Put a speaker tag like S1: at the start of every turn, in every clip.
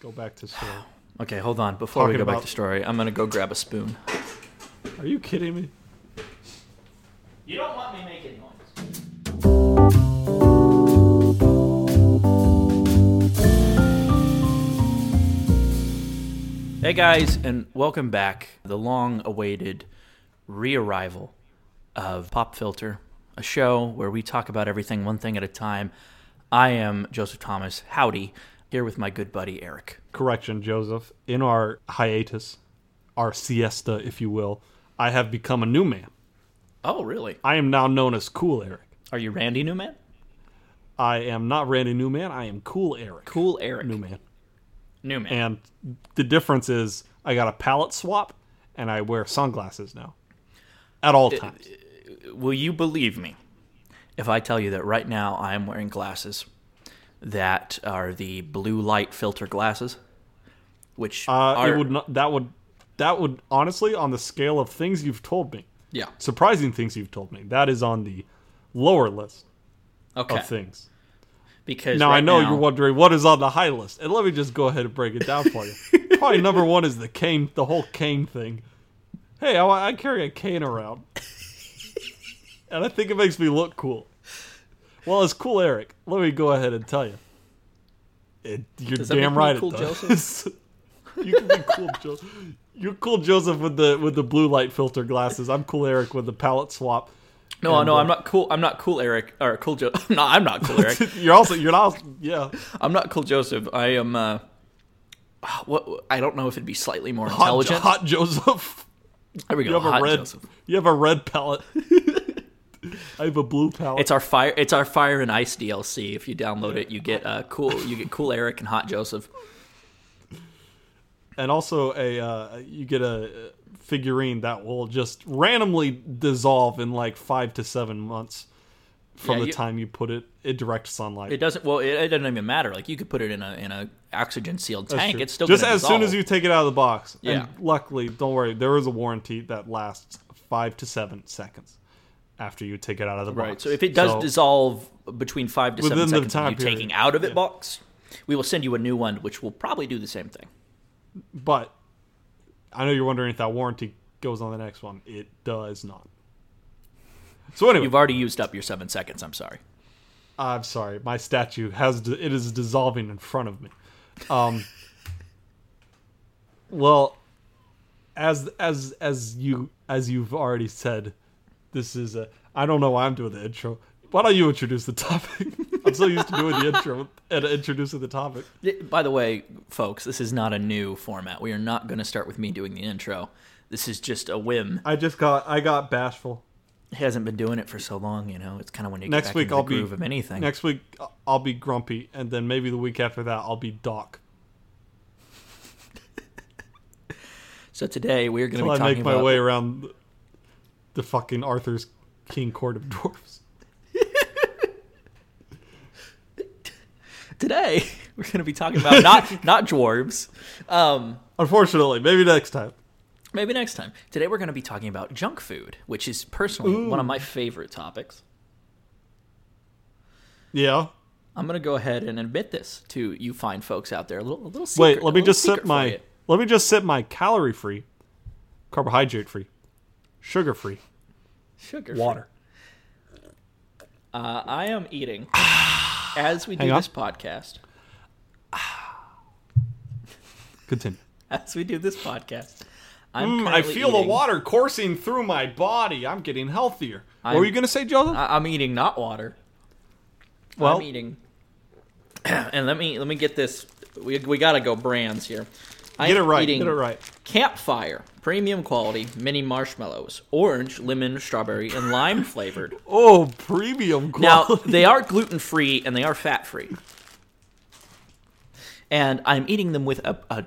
S1: Go back to story.
S2: Okay, hold on. Before we
S1: Talking
S2: go back
S1: about-
S2: to story, I'm gonna go grab a spoon.
S1: Are you kidding me?
S2: You don't want me making noise. Hey guys, and welcome back. The long-awaited re-arrival of Pop Filter, a show where we talk about everything one thing at a time. I am Joseph Thomas. Howdy, here with my good buddy Eric.
S1: Correction, Joseph. In our hiatus, our siesta, if you will, I have become a new man.
S2: Oh, really?
S1: I am now known as Cool Eric.
S2: Are you Randy Newman?
S1: I am not Randy Newman. I am Cool Eric.
S2: Cool Eric
S1: Newman.
S2: Newman.
S1: And the difference is I got a palette swap and I wear sunglasses now at all times.
S2: Will you believe me if I tell you that right now I am wearing glasses that are the blue light filter glasses, which
S1: Uh,
S2: are
S1: it would not, that would that would honestly on the scale of things you've told me,
S2: yeah
S1: surprising things you've told me, that is on the lower list
S2: okay
S1: of things.
S2: because
S1: Now
S2: right
S1: I know you're wondering what is on the high list, and let me just go ahead and break it down for you. Probably number one is the cane, the whole cane thing. Hey, I, I carry a cane around, and I think it makes me look cool. Well, it's cool, Eric. Let me go ahead and tell you. It, you're
S2: Does that
S1: damn
S2: make me
S1: right,
S2: cool
S1: it does. you can be cool, Joseph. You're cool, Joseph, with the with the blue light filter glasses. I'm cool, Eric, with the palette swap.
S2: no no I'm not cool I'm not cool Eric or cool Joe I'm not I'm not cool Eric
S1: You're also you're not yeah.
S2: I'm not cool Joseph I am uh ah, what I don't know if it'd be slightly more
S1: Hot,
S2: intelligent
S1: hot Joseph.
S2: there we go
S1: You have
S2: hot
S1: a red.
S2: Joseph
S1: You have a red palette. I have a blue palette.
S2: It's our fire. It's our fire and ice DLC. If you download it, you get uh, cool. You get cool Eric and Hot Joseph.
S1: and also a uh, you get a figurine that will just randomly dissolve in like five to seven months from
S2: Yeah,
S1: the
S2: you-
S1: time you put it in direct sunlight.
S2: It doesn't. Well, it, it doesn't even matter. Like you could put it in a in a oxygen sealed
S1: That's
S2: tank.
S1: true.
S2: It's still
S1: just
S2: gonna
S1: as soon as
S2: dissolve.
S1: you take it out of the box.
S2: Yeah.
S1: And luckily, don't worry, there is a warranty that lasts five to seven seconds after you take it out of the box.
S2: Right. So if it does
S1: So-
S2: dissolve between five to seven
S1: Within the
S2: seconds of
S1: time
S2: you
S1: period.
S2: taking out of it
S1: Yeah.
S2: box, we will send you a new one, which will probably do the same thing.
S1: But I know you're wondering if that warranty goes on the next one. It does not. So anyway,
S2: You've already used up your seven seconds. I'm sorry.
S1: I'm sorry. My statue has it is dissolving in front of me. Um, well, as as as you as you've already said, this is a. I don't know why I'm doing the intro. Why don't you introduce the topic? I'm so used to doing the intro and introducing the topic.
S2: Th- By the way, folks, this is not a new format. We are not going to start with me doing the intro. This is just a whim.
S1: I just got I got bashful.
S2: He hasn't been doing it for so long, you know. It's kind of when you get
S1: next
S2: back
S1: week
S2: into
S1: I'll
S2: the
S1: be
S2: groove of anything.
S1: Next week I'll be grumpy, and then maybe the week after that I'll be Doc.
S2: So today we are going to
S1: Till
S2: be
S1: I
S2: talking
S1: make my
S2: about
S1: way around the, the fucking Arthur's King Court of Dwarfs.
S2: today we're going to be talking about not not dwarves. Um,
S1: Unfortunately, maybe next time.
S2: maybe next time. Today we're going to be talking about junk food, which is personally one of my favorite topics.
S1: Yeah.
S2: I'm going to go ahead and admit this to you fine folks out there. A little, a little secret.
S1: Wait,
S2: a
S1: let me
S2: little
S1: just
S2: secret
S1: sip
S2: for
S1: my
S2: you.
S1: let me just sip my calorie free, carbohydrate free, sugar free
S2: sugar free.
S1: water.
S2: Uh, I am eating as we do
S1: Hang on.
S2: this podcast.
S1: Continue.
S2: As we do this podcast, I'm
S1: Mm, I
S2: currently
S1: feel the
S2: eating-
S1: water coursing through my body. I'm getting healthier. what
S2: I'm-
S1: were you gonna say, Joseph?
S2: I- I'm eating not water.
S1: Well-
S2: I'm eating. and let me let me get this. We we gotta go brands here. I'm
S1: get it right.
S2: Eating
S1: Get it right.
S2: Campfire premium quality mini marshmallows, orange, lemon, strawberry, and lime flavored.
S1: Oh, premium
S2: now
S1: quality.
S2: they are gluten free and they are fat free. And I'm eating them with a. a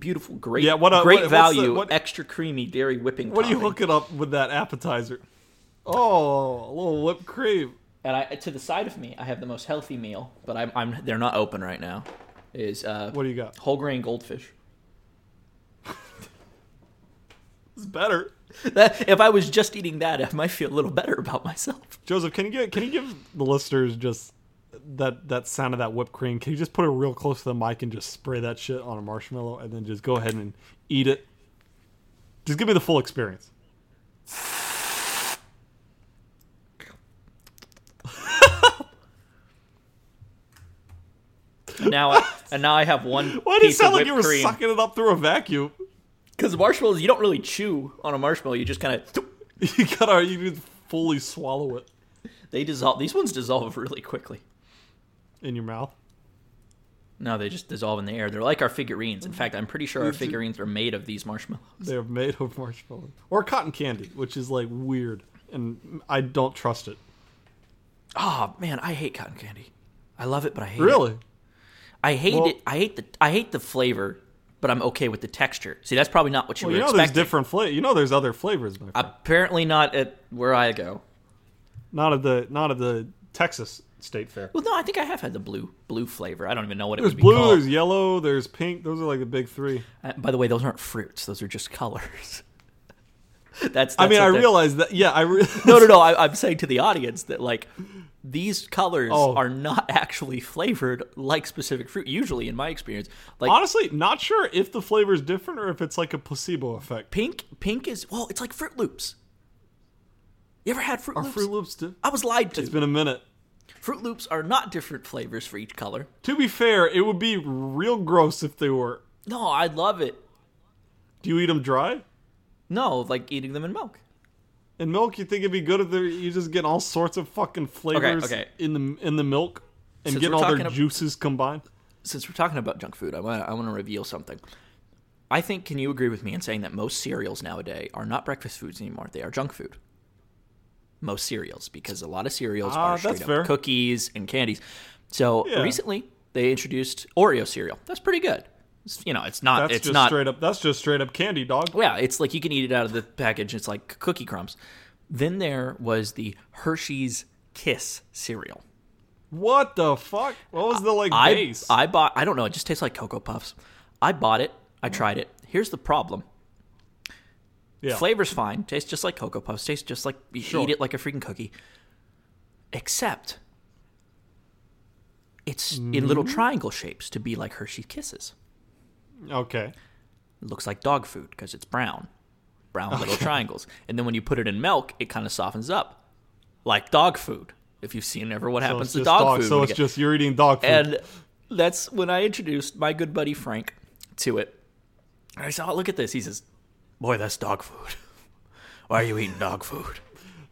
S2: Beautiful, great,
S1: Yeah, what, uh,
S2: great
S1: what- what's
S2: value,
S1: the- what-
S2: extra creamy dairy whipping.
S1: what are you
S2: topping.
S1: hooking up with that appetizer? Oh, a little whipped cream.
S2: and I to the side of me, I have the most healthy meal, but I'm, I'm they're not open right now. Is uh,
S1: What do you got?
S2: whole grain goldfish?
S1: It's better.
S2: That, if I was just eating that, I might feel a little better about myself.
S1: Joseph, can you get can you give the listeners just that that sound of that whipped cream. Can you just put it real close to the mic and just spray that shit on a marshmallow and then just go ahead and eat it? Just give me the full experience.
S2: Now, I, and now I have one.
S1: Why did it
S2: piece
S1: sound
S2: of
S1: like
S2: whipped
S1: you were
S2: cream.
S1: sucking it up through a vacuum?
S2: Because marshmallows, you don't really chew on a marshmallow. You just kind of
S1: You gotta you just fully swallow it
S2: they dissolve. These ones dissolve really quickly.
S1: in your mouth.
S2: No, they just dissolve in the air. They're like our figurines. In fact, I'm pretty sure our figurines are made of these marshmallows.
S1: They're made of marshmallow or cotton candy, which is like weird, and I don't trust it.
S2: Oh man, I hate cotton candy. I love it, but I hate it.
S1: Really?
S2: I hate
S1: Well-
S2: it. I hate the I hate the flavor, but I'm okay with the texture. See, that's probably not what you
S1: Well,
S2: were
S1: you know there's
S2: expecting.
S1: different flavors. You know there's other flavors. My friend.
S2: Apparently not at where I go.
S1: not of the not of the Texas State Fair.
S2: Well, no, I think I have had the blue blue flavor. I don't even know what it
S1: There's
S2: would be
S1: blue,
S2: called.
S1: there's yellow, there's pink. Those are like the big three.
S2: Uh, by the way, those aren't fruits; those are just colors. that's, that's.
S1: I mean,
S2: what
S1: I
S2: they're-
S1: realize that. Yeah, I re-
S2: No, no, no. I, I'm saying to the audience that like these colors
S1: Oh.
S2: are not actually flavored like specific fruit. Usually, in my experience, like
S1: honestly not sure if the flavor is different or if it's like a placebo effect.
S2: pink. Pink is well, it's like Fruit Loops. You ever had Fruit
S1: Are
S2: Loops?
S1: Fruit Loops? Di-
S2: I was lied to.
S1: it's been a minute.
S2: Fruit Loops are not different flavors for each color.
S1: To be fair, it would be real gross if they were.
S2: No, I love it.
S1: Do you eat them dry?
S2: No, like eating them in milk.
S1: And milk, you think it'd be good if they're you just getting all sorts of fucking flavors
S2: okay.
S1: in the in the milk and
S2: Since
S1: getting
S2: we're
S1: all their
S2: talking ab-
S1: juices combined.
S2: Since we're talking about junk food, I want I want to reveal something. I think can you agree with me in saying that most cereals nowadays are not breakfast foods anymore? They are junk food. Most cereals, because a lot of cereals
S1: Ah,
S2: are
S1: that's
S2: straight up
S1: fair.
S2: cookies and candies. So
S1: Yeah.
S2: recently they introduced Oreo cereal. That's pretty good. It's- you know, it's not.
S1: That's
S2: it's
S1: just
S2: not
S1: straight up. That's just straight up candy, dog.
S2: Yeah, it's like you can eat it out of the package. It's like c- cookie crumbs. Then there was the Hershey's Kiss cereal.
S1: What the fuck? What was the like
S2: I,
S1: base?
S2: I bought, I don't know, it just tastes like Cocoa Puffs. I bought it,
S1: Mm.
S2: I tried it. Here's the problem
S1: yeah.
S2: flavor's fine, tastes just like Cocoa Puffs, tastes just like you
S1: Sure.
S2: eat it like a freaking cookie. Except it's in
S1: Mm-hmm.
S2: little triangle shapes to be like Hershey Kisses.
S1: Okay.
S2: It looks like dog food because it's brown, brown little triangles. And then when you put it in milk, it kind of softens up, like dog food. If you've seen ever what
S1: So
S2: happens
S1: it's
S2: to
S1: just
S2: dog,
S1: dog.
S2: food,
S1: So
S2: when
S1: it's
S2: it gets-
S1: just you're eating dog food.
S2: and that's when I introduced my good buddy Frank to it. And I said, oh, "Look at this," he says, "Boy, that's dog food. Why are you eating dog food?"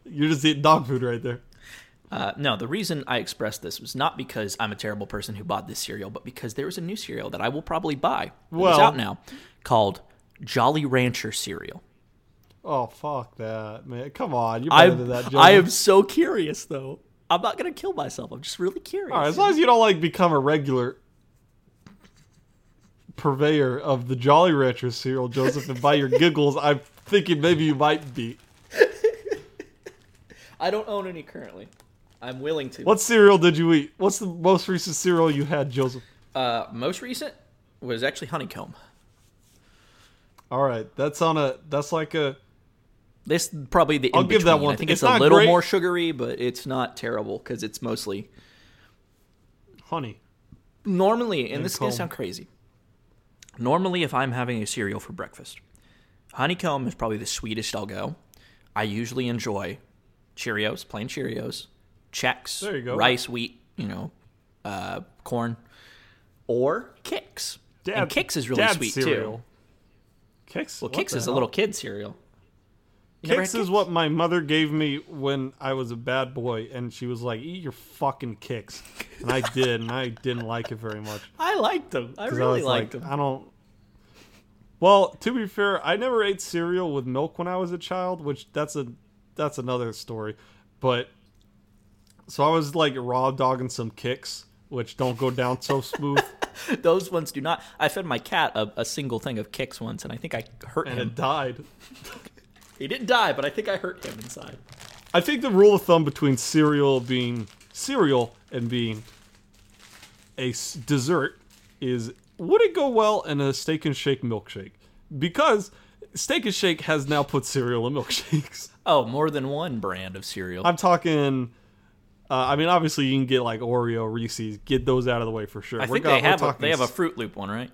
S1: You're just eating dog food right there.
S2: Uh, no, the reason I expressed this was not because I'm a terrible person who bought this cereal, but because there is a new cereal that I will probably buy. it's
S1: Well-
S2: out now, called Jolly Rancher cereal.
S1: Oh fuck that, man! Come on, you're better than
S2: I'm,
S1: that.
S2: I
S1: Joey.
S2: am so curious, though. I'm not gonna kill myself. I'm just really curious.
S1: All right, as long as you don't like become a regular purveyor of the Jolly Rancher cereal, Joseph, and by your giggles, I'm thinking maybe you might be.
S2: I don't own any currently. I'm willing to.
S1: What cereal did you eat? What's the most recent cereal you had, Joseph?
S2: Uh, most recent was actually Honeycomb.
S1: All right, that's on a. That's like a.
S2: This probably the.
S1: I'll give that
S2: in-between.
S1: one-
S2: I think
S1: it's
S2: it's, a
S1: not
S2: little
S1: great.
S2: more sugary, but it's not terrible because it's mostly
S1: honey.
S2: normally. And this is gonna
S1: Honeycomb.
S2: sound crazy. Normally, if I'm having a cereal for breakfast, Honeycomb is probably the sweetest I'll go. I usually enjoy Cheerios, plain Cheerios, Chex,
S1: There you go.
S2: rice, wheat, you know, uh, corn, or Kix. and Kix is really
S1: dad
S2: sweet too.
S1: cereal. Kix.
S2: Well,
S1: what
S2: Kix
S1: the
S2: is a
S1: hell?
S2: little kid cereal. You never
S1: Kix
S2: had
S1: is what my mother gave me when I was a bad boy, and she was like, "Eat your fucking kicks," and I did, and I didn't like it very much.
S2: I liked them. I
S1: 'Cause
S2: really
S1: I was
S2: liked
S1: like,
S2: them.
S1: I don't. Well, to be fair, I never ate cereal with milk when I was a child, which that's a that's another story. But so I was like raw dogging some kicks, which don't go down so smooth,
S2: Those ones do not. I fed my cat a, a single thing of kicks once, and I think I hurt
S1: and
S2: him.
S1: it died.
S2: He didn't die, but I think I hurt him inside.
S1: I think the rule of thumb between cereal being cereal and being a s- dessert is would it go well in a steak and shake milkshake? Because steak and shake has now put cereal in milkshakes.
S2: Oh, more than one brand of cereal.
S1: I'm talking Uh, I mean, obviously, you can get like Oreo, Reese's. Get those out of the way for sure.
S2: I
S1: We're
S2: think
S1: go-
S2: they
S1: we're
S2: have a,
S1: talking
S2: they have a
S1: s-
S2: Fruit Loop one, right?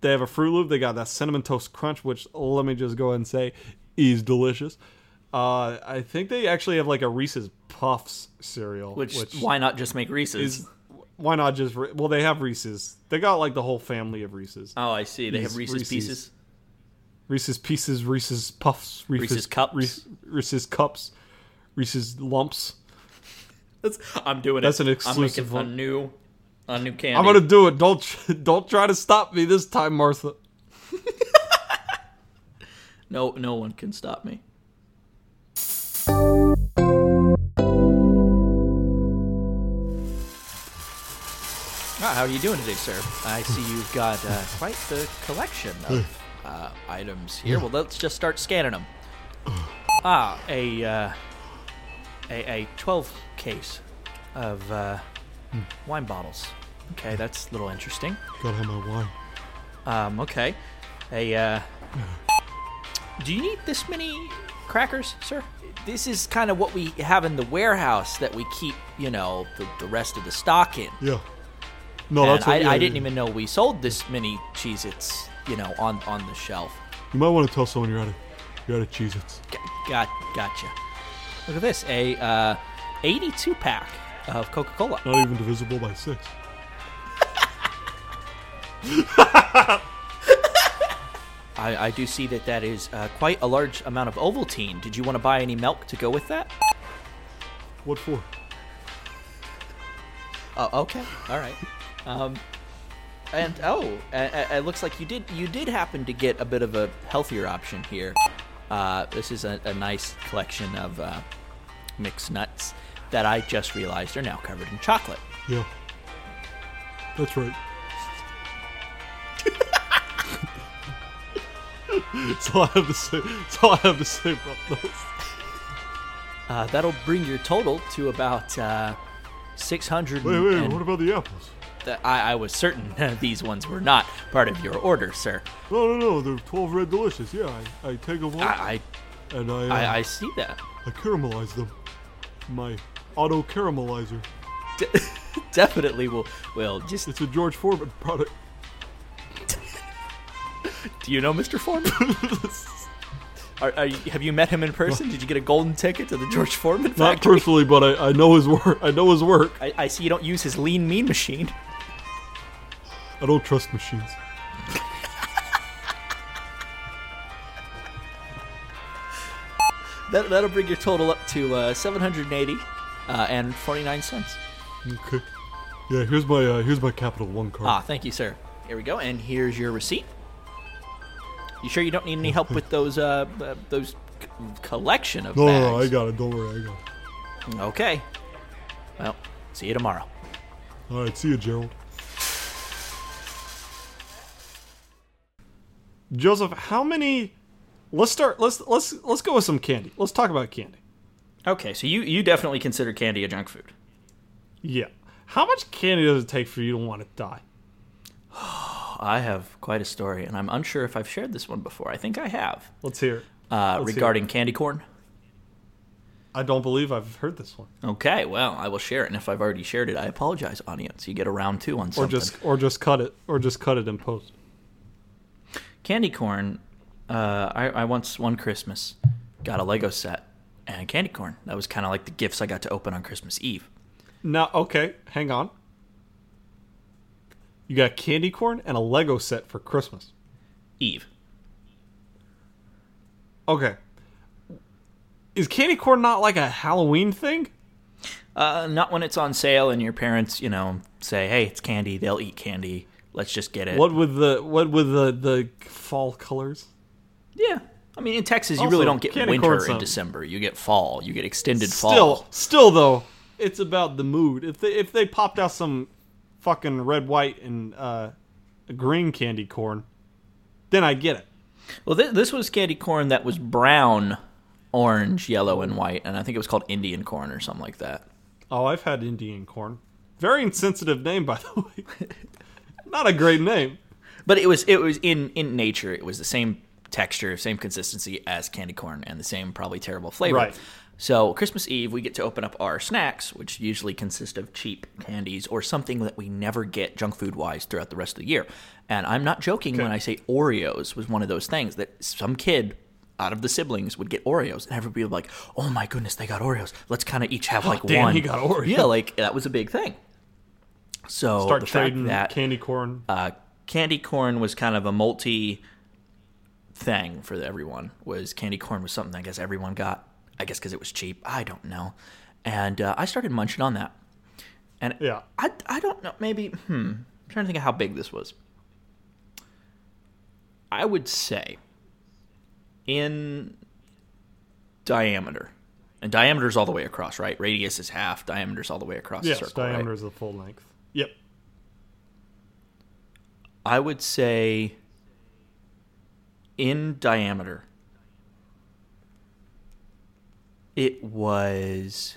S1: they have a Fruit Loop. They got that cinnamon toast crunch, which let me just go ahead and say is delicious. Uh, I think they actually have like a Reese's Puffs cereal,
S2: Which, why not just make Reese's?
S1: is why not just Re- well they have Reese's. They got like the whole family of Reese's.
S2: oh, I see. They have
S1: is
S2: Reese's,
S1: Reese's.
S2: pieces.
S1: Reese's Pieces, Reese's Puffs, Reese's,
S2: Reese's Cups.
S1: Reese- Reese's Cups, Reese's Lumps.
S2: That's, I'm doing
S1: That's
S2: it.
S1: an exclusive
S2: I'm
S1: one.
S2: making a new, a new candy.
S1: I'm gonna do it. Don't tr- don't try to stop me this time, Martha.
S2: No, no one can stop me. Ah, how are you doing today, sir? I see you've got uh, quite the collection of uh, items here. Well, let's just start scanning them. Ah, a uh, a, a 12 case of uh, wine bottles. Okay, that's a little interesting.
S1: Gotta have my wine.
S2: Um, okay. Hey, uh. Do you need this many crackers, sir? This is kind of what we have in the warehouse that we keep, you know, the, the rest of the stock in.
S1: Yeah. No,
S2: and
S1: that's what
S2: I,
S1: yeah,
S2: I didn't
S1: yeah.
S2: even know we sold this many Cheez Its, you know, on, on the shelf.
S1: You might want to tell someone you're out of you're out of Cheez-Its.
S2: G- got, gotcha. Look at this a uh, 82 pack of Coca Cola.
S1: Not even divisible by six.
S2: I, I do see that that is uh, quite a large amount of Ovaltine. Did you want to buy any milk to go with that?
S1: What for?
S2: Oh, okay. All right. Um, and oh, a- a- it looks like you did you did happen to get a bit of a healthier option here. Uh, this is a, a nice collection of uh, mixed nuts that I just realized are now covered in chocolate.
S1: Yeah. That's right. That's all I have to say. That's all I have to say about those.
S2: Uh, that'll bring your total to about uh, six hundred.
S1: Wait, wait. What about the apples?
S2: I, I was certain these ones were not part of your order, sir.
S1: No, no, no. They're twelve red delicious. Yeah, I, I take a one
S2: I
S1: and I, uh,
S2: I, I, I see that.
S1: I caramelize them. My auto caramelizer.
S2: De- definitely will will just.
S1: It's a George Foreman product.
S2: Do you know Mr. Foreman? Are, are you, have you met him in person? Did you get a golden ticket to the George Foreman
S1: Not
S2: factory?
S1: personally, but I, I know his work. I know his work.
S2: I, I see you don't use his lean mean machine.
S1: I don't trust machines.
S2: That, that'll bring your total up to uh, 780 uh, and 49 cents.
S1: Okay. Yeah, here's my uh, here's my Capital One card.
S2: Ah, thank you, sir. Here we go, and here's your receipt. You sure you don't need any help with those uh, uh, those c- collection of
S1: no, no,
S2: bags?
S1: no, I got it. Don't worry, I got it.
S2: Okay. Well, see you tomorrow.
S1: All right, see you, Gerald. Joseph, how many? Let's start. Let's let's let's go with some candy. Let's talk about candy.
S2: Okay, so you you definitely consider candy a junk food.
S1: Yeah. How much candy does it take for you to want to die?
S2: I have quite a story, and I'm unsure if I've shared this one before. I think I have.
S1: Let's hear. it. Let's
S2: uh,
S1: hear
S2: regarding candy corn.
S1: I don't believe I've heard this one.
S2: Okay, well, I will share it, and if I've already shared it, I apologize, audience. You get a round two on
S1: Or
S2: something.
S1: just or just cut it. Or just cut it and post.
S2: candy corn. Uh, I, I once one Christmas got a Lego set and candy corn. That was kind of like the gifts I got to open on Christmas Eve.
S1: Now, okay, hang on. You got candy corn and a Lego set for Christmas.
S2: Eve.
S1: Okay. Is candy corn not like a Halloween thing?
S2: Uh, not when it's on sale and your parents, you know, say, "Hey, it's candy. They'll eat candy. Let's just get it."
S1: What with the what with the the fall colors?
S2: Yeah. I mean, in Texas, you
S1: Also,
S2: really don't get
S1: candy
S2: winter in
S1: corn's not-
S2: December. You get fall. You get extended fall.
S1: Still, still though, it's about the mood. If they if they popped out some fucking red, white, and uh, green candy corn, then I get it.
S2: Well, th- this was candy corn that was brown, orange, yellow, and white, and I think it was called Indian corn or something like that.
S1: Oh, I've had Indian corn. Very insensitive name, by the way. not a great name.
S2: But it was it was in in nature. It was the same texture, same consistency as candy corn, and the same probably terrible flavor.
S1: Right.
S2: So, Christmas Eve, we get to open up our snacks, which usually consist of cheap candies or something that we never get junk food wise throughout the rest of the year. And I'm not joking when I say Oreos was one of those things that some kid out of the siblings would get Oreos, and everybody would be like, oh my goodness, they got Oreos. Let's kind of each have like
S1: Oh, damn,
S2: one.
S1: he got Oreos.
S2: Yeah, like that was a big thing. So,
S1: Start
S2: the fact
S1: trading
S2: that
S1: candy corn.
S2: uh, candy corn was kind of a multi thing for everyone was candy corn was something i guess everyone got i guess because it was cheap i don't know and uh, i started munching on that and
S1: Yeah.
S2: I, I don't know maybe hmm I'm trying to think of how big this was i would say in diameter and diameter is all the way across right radius is half diameter is all the way across
S1: Yes,
S2: the circle right?
S1: diameter is the full length. Yep.
S2: I would say in diameter, it was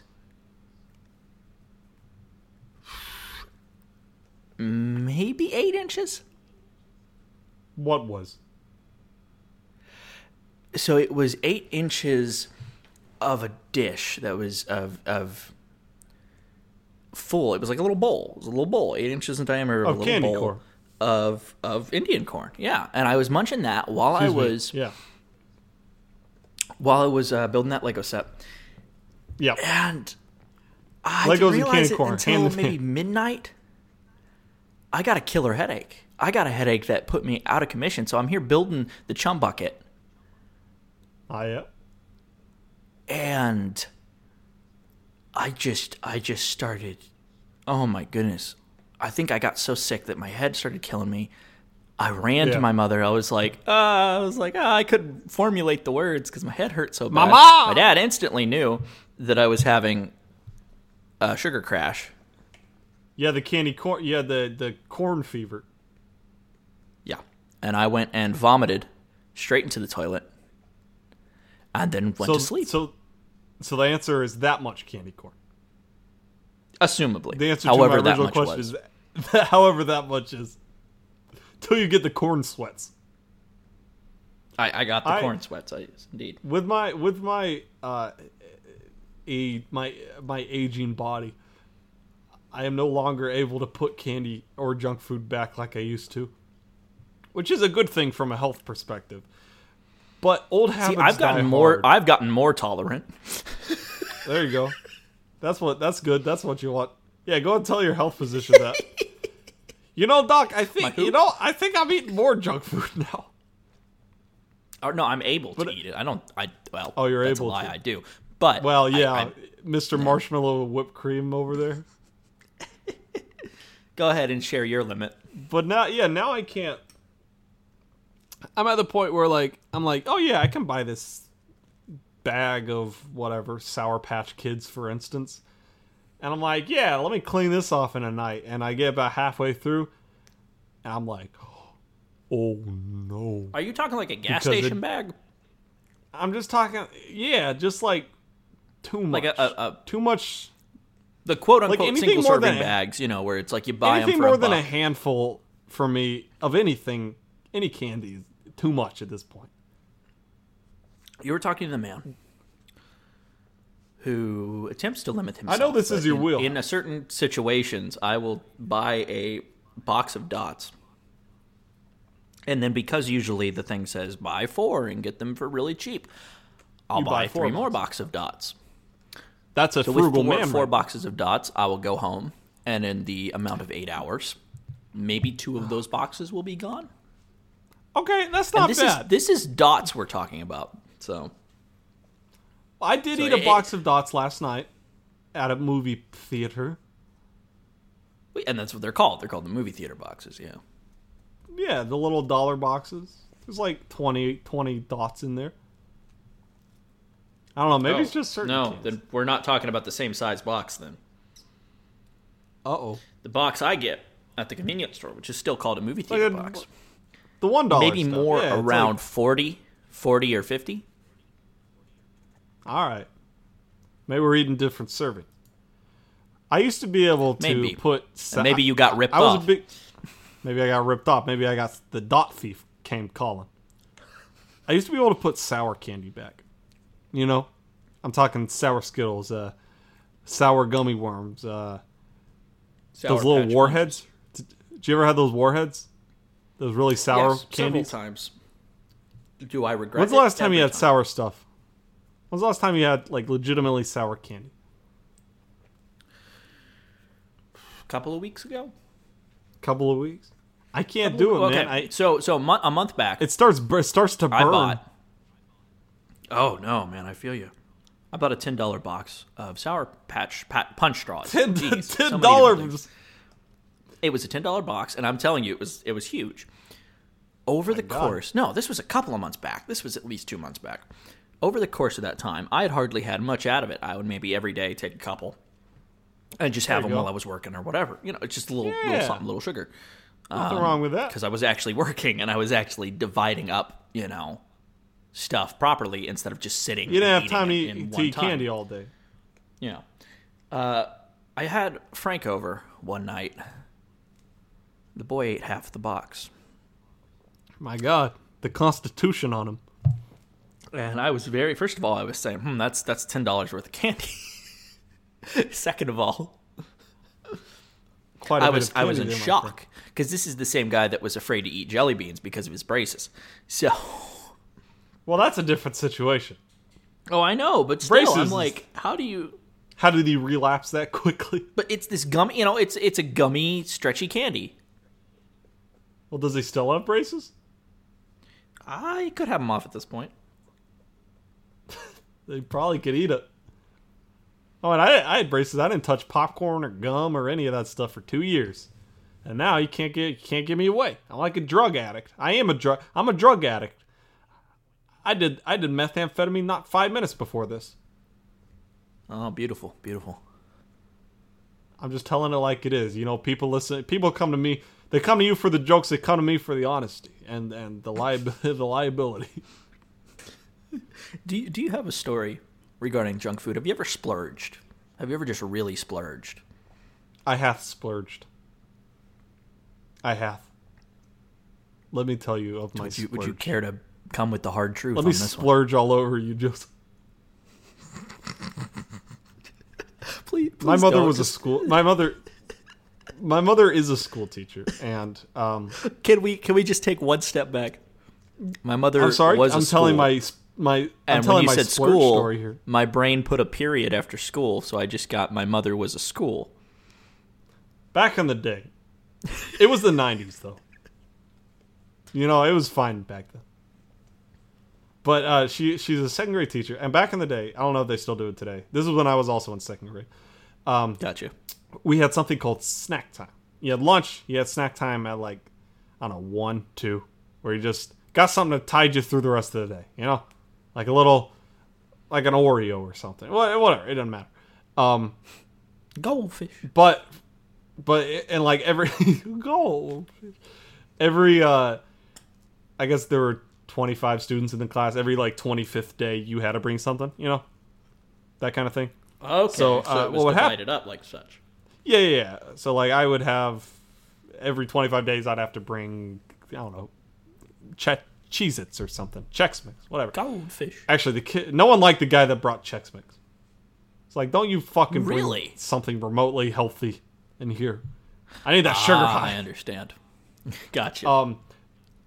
S2: maybe eight inches.
S1: What was?
S2: So it was eight inches of a dish that was of of full. It was like a little bowl. It was a little bowl, eight inches in diameter of,
S1: Of
S2: a little
S1: candy
S2: bowl
S1: corn.
S2: of of Indian corn. Yeah, and I was munching that while I
S1: Excuse me.
S2: was
S1: Yeah.
S2: while I was uh, building that Lego set,
S1: Yeah.
S2: and I
S1: Legos
S2: didn't
S1: and
S2: realize
S1: candy
S2: it
S1: corn,
S2: until
S1: hand in
S2: maybe
S1: hand.
S2: midnight. I got a killer headache. I got a headache that put me out of commission. So I'm here building the chum bucket,
S1: I, uh,
S2: and I just, I just started. Oh my goodness! I think I got so sick that my head started killing me. I ran
S1: Yeah.
S2: to my mother. I was like, uh, I was like, ah, I couldn't formulate the words because my head hurt so bad.
S1: Mama!
S2: My dad instantly knew that I was having a sugar crash.
S1: yeah, the candy corn. Yeah, the, the corn fever.
S2: Yeah. And I went and vomited straight into the toilet and then went
S1: so,
S2: to sleep.
S1: So, so the answer is that much candy corn.
S2: assumably.
S1: The answer
S2: however
S1: to my
S2: that
S1: original
S2: much
S1: question
S2: was.
S1: is that, however that much is. Till you get the corn sweats.
S2: I, I got the
S1: I-
S2: corn sweats, I indeed.
S1: with my with my uh a my my aging body i am no longer able to put candy or junk food back like i used to which is a good thing from a health perspective but old
S2: See,
S1: habits
S2: I've gotten
S1: die
S2: more
S1: hard.
S2: I've gotten more tolerant.
S1: there you go that's what that's good that's what you want yeah go and tell your health physician that you know doc i think
S2: who?
S1: you know i think i'm eating more junk food now
S2: Or no, I'm able to eat it. I don't I well
S1: Oh, you're
S2: that's a
S1: able
S2: lie,
S1: to.
S2: I do. But
S1: well
S2: I-
S1: yeah
S2: I-
S1: mr marshmallow whipped cream over there
S2: go ahead and share your limit.
S1: But now, yeah, now I can't. I'm at the point where like I'm like, oh yeah, I can buy this bag of whatever Sour Patch Kids, for instance, and I'm like, yeah, let me clean this off in a night, and I get about halfway through, and I'm like, oh no,
S2: Are you talking like a gas
S1: Because it-
S2: station bag?
S1: I'm just talking, yeah, just like too much,
S2: Like a, a, a
S1: too much,
S2: the quote unquote
S1: anything
S2: single
S1: more
S2: serving
S1: than a-
S2: bags, you know, where it's like you buy them
S1: anything
S2: for
S1: more
S2: a
S1: than a
S2: buck.
S1: handful for me of anything, any candy, is too much at this point.
S2: You were talking to the man who attempts to limit himself.
S1: I know this
S2: but
S1: is your
S2: in,
S1: wheel.
S2: In a certain situations, I will buy a box of dots. And then because usually the thing says buy four and get them for really cheap, I'll
S1: You
S2: buy,
S1: buy four
S2: three more box of dots.
S1: That's a
S2: With
S1: frugal
S2: four,
S1: man.
S2: four
S1: right
S2: boxes of dots, I will go home. And in the amount of eight hours, maybe two of those boxes will be gone.
S1: Okay, that's not
S2: this
S1: bad.
S2: is this is dots we're talking about. So
S1: I did
S2: so
S1: eat a
S2: it-
S1: box of dots last night at a movie theater.
S2: and that's what they're called. They're called the movie theater boxes, yeah.
S1: Yeah, the little dollar boxes. There's like 20, 20 dots in there. I don't know. Maybe it's
S2: Oh,
S1: just certain.
S2: No, then we're not talking about the same size box then.
S1: Uh oh.
S2: The box I get at the convenience store, which is still called a movie
S1: Like
S2: theater
S1: a-
S2: box,
S1: The one dollar.
S2: maybe
S1: stuff.
S2: more
S1: Yeah, it's
S2: around
S1: like-
S2: forty, forty 40, 40 or 50.
S1: all right. Maybe we're eating different serving. I used to be able to
S2: Maybe.
S1: put.
S2: And maybe you got ripped
S1: I was
S2: off.
S1: a big. Maybe I got ripped off. Maybe I got the dot thief came calling. I used to be able to put sour candy back. You know, I'm talking sour Skittles, uh, sour gummy worms, uh,
S3: Sour
S1: those little
S3: Patch
S1: warheads. Did, did you ever have those warheads? Those really sour
S3: Yes, several
S1: candies.
S3: times. Do I regret?
S1: When's the
S3: it?
S1: last time you
S3: Every
S1: had sour stuff? When's the last time you had like legitimately sour candy?
S2: A couple of weeks ago.
S1: couple of weeks. I can't do it, Oh, man. I,
S2: so so a, mon- a month back,
S1: it starts bur- it starts to burn.
S2: I bought. Oh no, man! I feel you. I bought a ten dollar box of sour patch pat, punch straws.
S1: ten
S2: Jeez, so many
S1: ten
S2: different things.
S1: dollars.
S2: It was a ten dollar box, and I'm telling you, it was it was huge. Over the
S1: God.
S2: course, no, this was a couple of months back. This was at least two months back. Over the course of that time, I had hardly had much out of it. I would maybe every day take a couple, and just have
S1: you
S2: them
S1: go.
S2: while I was working or whatever. You know, it's just a little,
S1: Yeah.
S2: little something, little sugar.
S1: Nothing wrong with
S3: um,
S1: that.
S2: because I was actually working and I was actually dividing up, you know, stuff properly instead of just sitting.
S1: You didn't
S2: and
S1: have time to
S2: eating it in
S1: eat, to
S2: one
S1: eat
S2: time.
S1: candy all day.
S2: You know, uh, I had Frank over one night. The boy ate half the box,
S1: My God, the Constitution on him.
S2: and I was very. First of all, I was saying, "Hmm, that's that's ten dollars worth of candy." Second of all,
S1: Quite a
S2: I
S1: bit
S2: was
S1: of
S2: I
S1: candy
S2: was in
S1: there, my friend.
S2: shock because this is the same guy that was afraid to eat jelly beans because of his braces. So,
S1: Well, that's a different situation.
S2: oh, I know, but still,
S1: Braces
S2: I'm
S1: is-
S2: like, how do you?
S1: How did he relapse that quickly?
S2: But it's this gummy, you know, it's it's a gummy, stretchy candy.
S1: Well, does he still have braces?
S2: I could have them off at this point.
S1: They probably could eat it. Oh, and I, I had braces. I didn't touch popcorn or gum or any of that stuff for two years, and now you can't get you can't get me away. I'm like a drug addict. I am a drug. I'm a drug addict. I did I did methamphetamine not five minutes before this.
S2: Oh, beautiful, beautiful.
S1: I'm just telling it like it is. You know, people listen. People come to me. They come to you for the jokes. They come to me for the honesty and and the liab- the liability.
S2: Do you, do you have a story regarding junk food? Have you ever splurged? Have you ever just really splurged?
S1: I hath splurged. I hath. Let me tell you of my
S2: Would you,
S1: splurge.
S2: would you care to come with the hard truth
S1: Let
S2: on
S1: me
S2: this
S1: splurge all over you, Joseph.
S2: one? Please,
S1: My
S2: please
S1: mother
S2: don't.
S1: was a school. My mother, my mother is a school teacher, and um,
S2: Can we can we just take one step back? My mother.
S1: I'm sorry.
S2: Was a
S1: I'm telling
S2: school,
S1: my s- my. I'm
S2: And
S1: telling
S2: when you
S1: my
S2: said
S1: splurge
S2: school,
S1: story here.
S2: my brain put a period after school, so I just got my mother was a school.
S1: Back in the day, it was the '90s, though. You know, it was fine back then. But uh, she she's a second grade teacher, and back in the day, I don't know if they still do it today. This is when I was also in second grade.
S2: Gotcha.
S1: we had something called snack time. You had lunch, you had snack time at like, I don't know, one, two, where you just got something to tide you through the rest of the day, you know? Like a little, like an Oreo or something. Wha- Whatever, it doesn't matter. Um,
S2: Goldfish.
S1: but, but, and like every, go, every, uh, I guess there were 25 students in the class. Every like 25th day, you had to bring something, you know? That kind of thing.
S2: Okay,
S1: So, so uh, it was what would happen-
S2: up like such.
S1: Yeah, yeah, yeah. So like I would have every 25 days I'd have to bring I don't know che- Cheez-Its or something. Chex Mix, whatever.
S2: Goldfish.
S1: Actually, the kid no one liked the guy that brought Chex Mix. It's like, "Don't you fucking
S2: Really?
S1: bring something remotely healthy in here. I need that sugar
S2: Ah, I
S1: high."
S2: understand. Gotcha.
S1: Um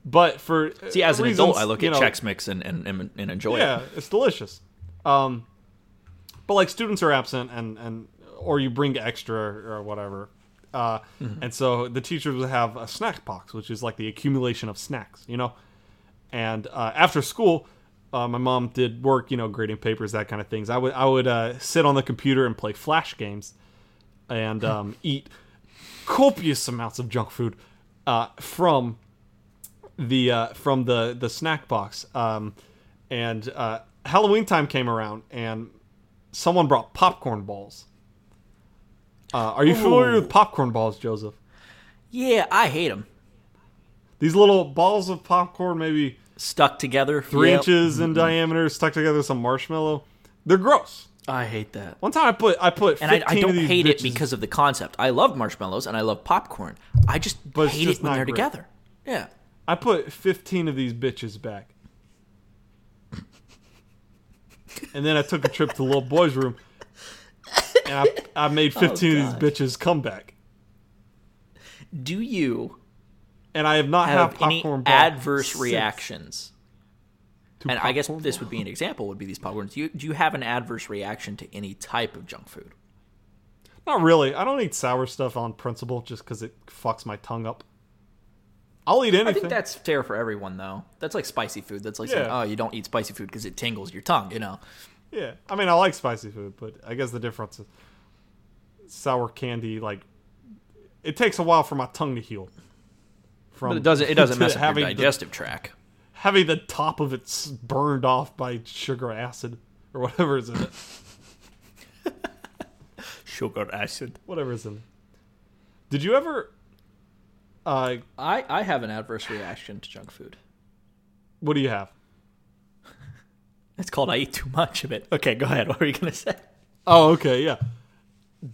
S1: but for uh,
S2: See, as an
S1: reasons,
S2: adult, I look
S1: you
S2: at
S1: know,
S2: Chex Mix and, and, and, and enjoy
S1: yeah,
S2: it.
S1: it's delicious. Um, but like students are absent, and and or you bring extra or whatever, uh,
S2: Mm-hmm.
S1: and so the teachers would have a snack box, which is like the accumulation of snacks, you know. And uh, after school, uh, my mom did work, you know, grading papers, that kind of things. I would I would uh, sit on the computer and play flash games, and um, eat copious amounts of junk food uh, from the uh, from the the snack box. Um, and uh, Halloween time came around, and someone brought popcorn balls. Uh, are you familiar with popcorn balls, Joseph?
S2: Yeah, I hate them.
S1: These little balls of popcorn, maybe
S2: Stuck together.
S1: three
S2: Yep.
S1: inches in diameter, stuck together with some marshmallow. They're gross.
S2: I hate that.
S1: One time I put I put
S2: And I,
S1: 15
S2: I
S1: of
S2: don't
S1: these
S2: hate it
S1: bitches-
S2: because of the concept. I love marshmallows and I love popcorn. I just
S1: But it's
S2: hate
S1: just
S2: it when
S1: not
S2: they're
S1: great.
S2: together. Yeah.
S1: I put 15 of these bitches back. and then I took a trip to little boy's room, and I I made
S4: Oh,
S1: fifteen of these bitches come back,
S2: Do you
S1: and I have not
S2: have
S1: had
S2: any
S1: popcorn ball
S2: adverse
S1: since.
S2: reactions?
S1: To
S2: And I guess
S1: popcorn
S2: this
S1: ball.
S2: would be an example. Would be these popcorns. Do you do you have an adverse reaction to any type of junk food?
S1: Not really. I don't eat sour stuff on principle just because it fucks my tongue up. I'll eat anything.
S2: I think that's fair for everyone, though. That's like spicy food. That's like saying,
S1: Yeah.
S2: oh, you don't eat spicy food because it tingles your tongue. You know,
S1: Yeah, I mean, I like spicy food, but I guess the difference is sour candy. Like, it takes a while for my tongue to heal. From
S4: But it doesn't. It doesn't
S1: to
S4: mess up
S1: having
S4: your digestive tract.
S1: The, having the top of it s- burned off by sugar acid or whatever is in it.
S4: Sugar acid.
S1: Whatever is in it. Did you ever? Uh,
S2: I I have an adverse reaction to junk food.
S1: what do you have?
S2: It's called I eat too much of it. Okay, go ahead. What were you gonna say?
S1: Oh, okay, yeah.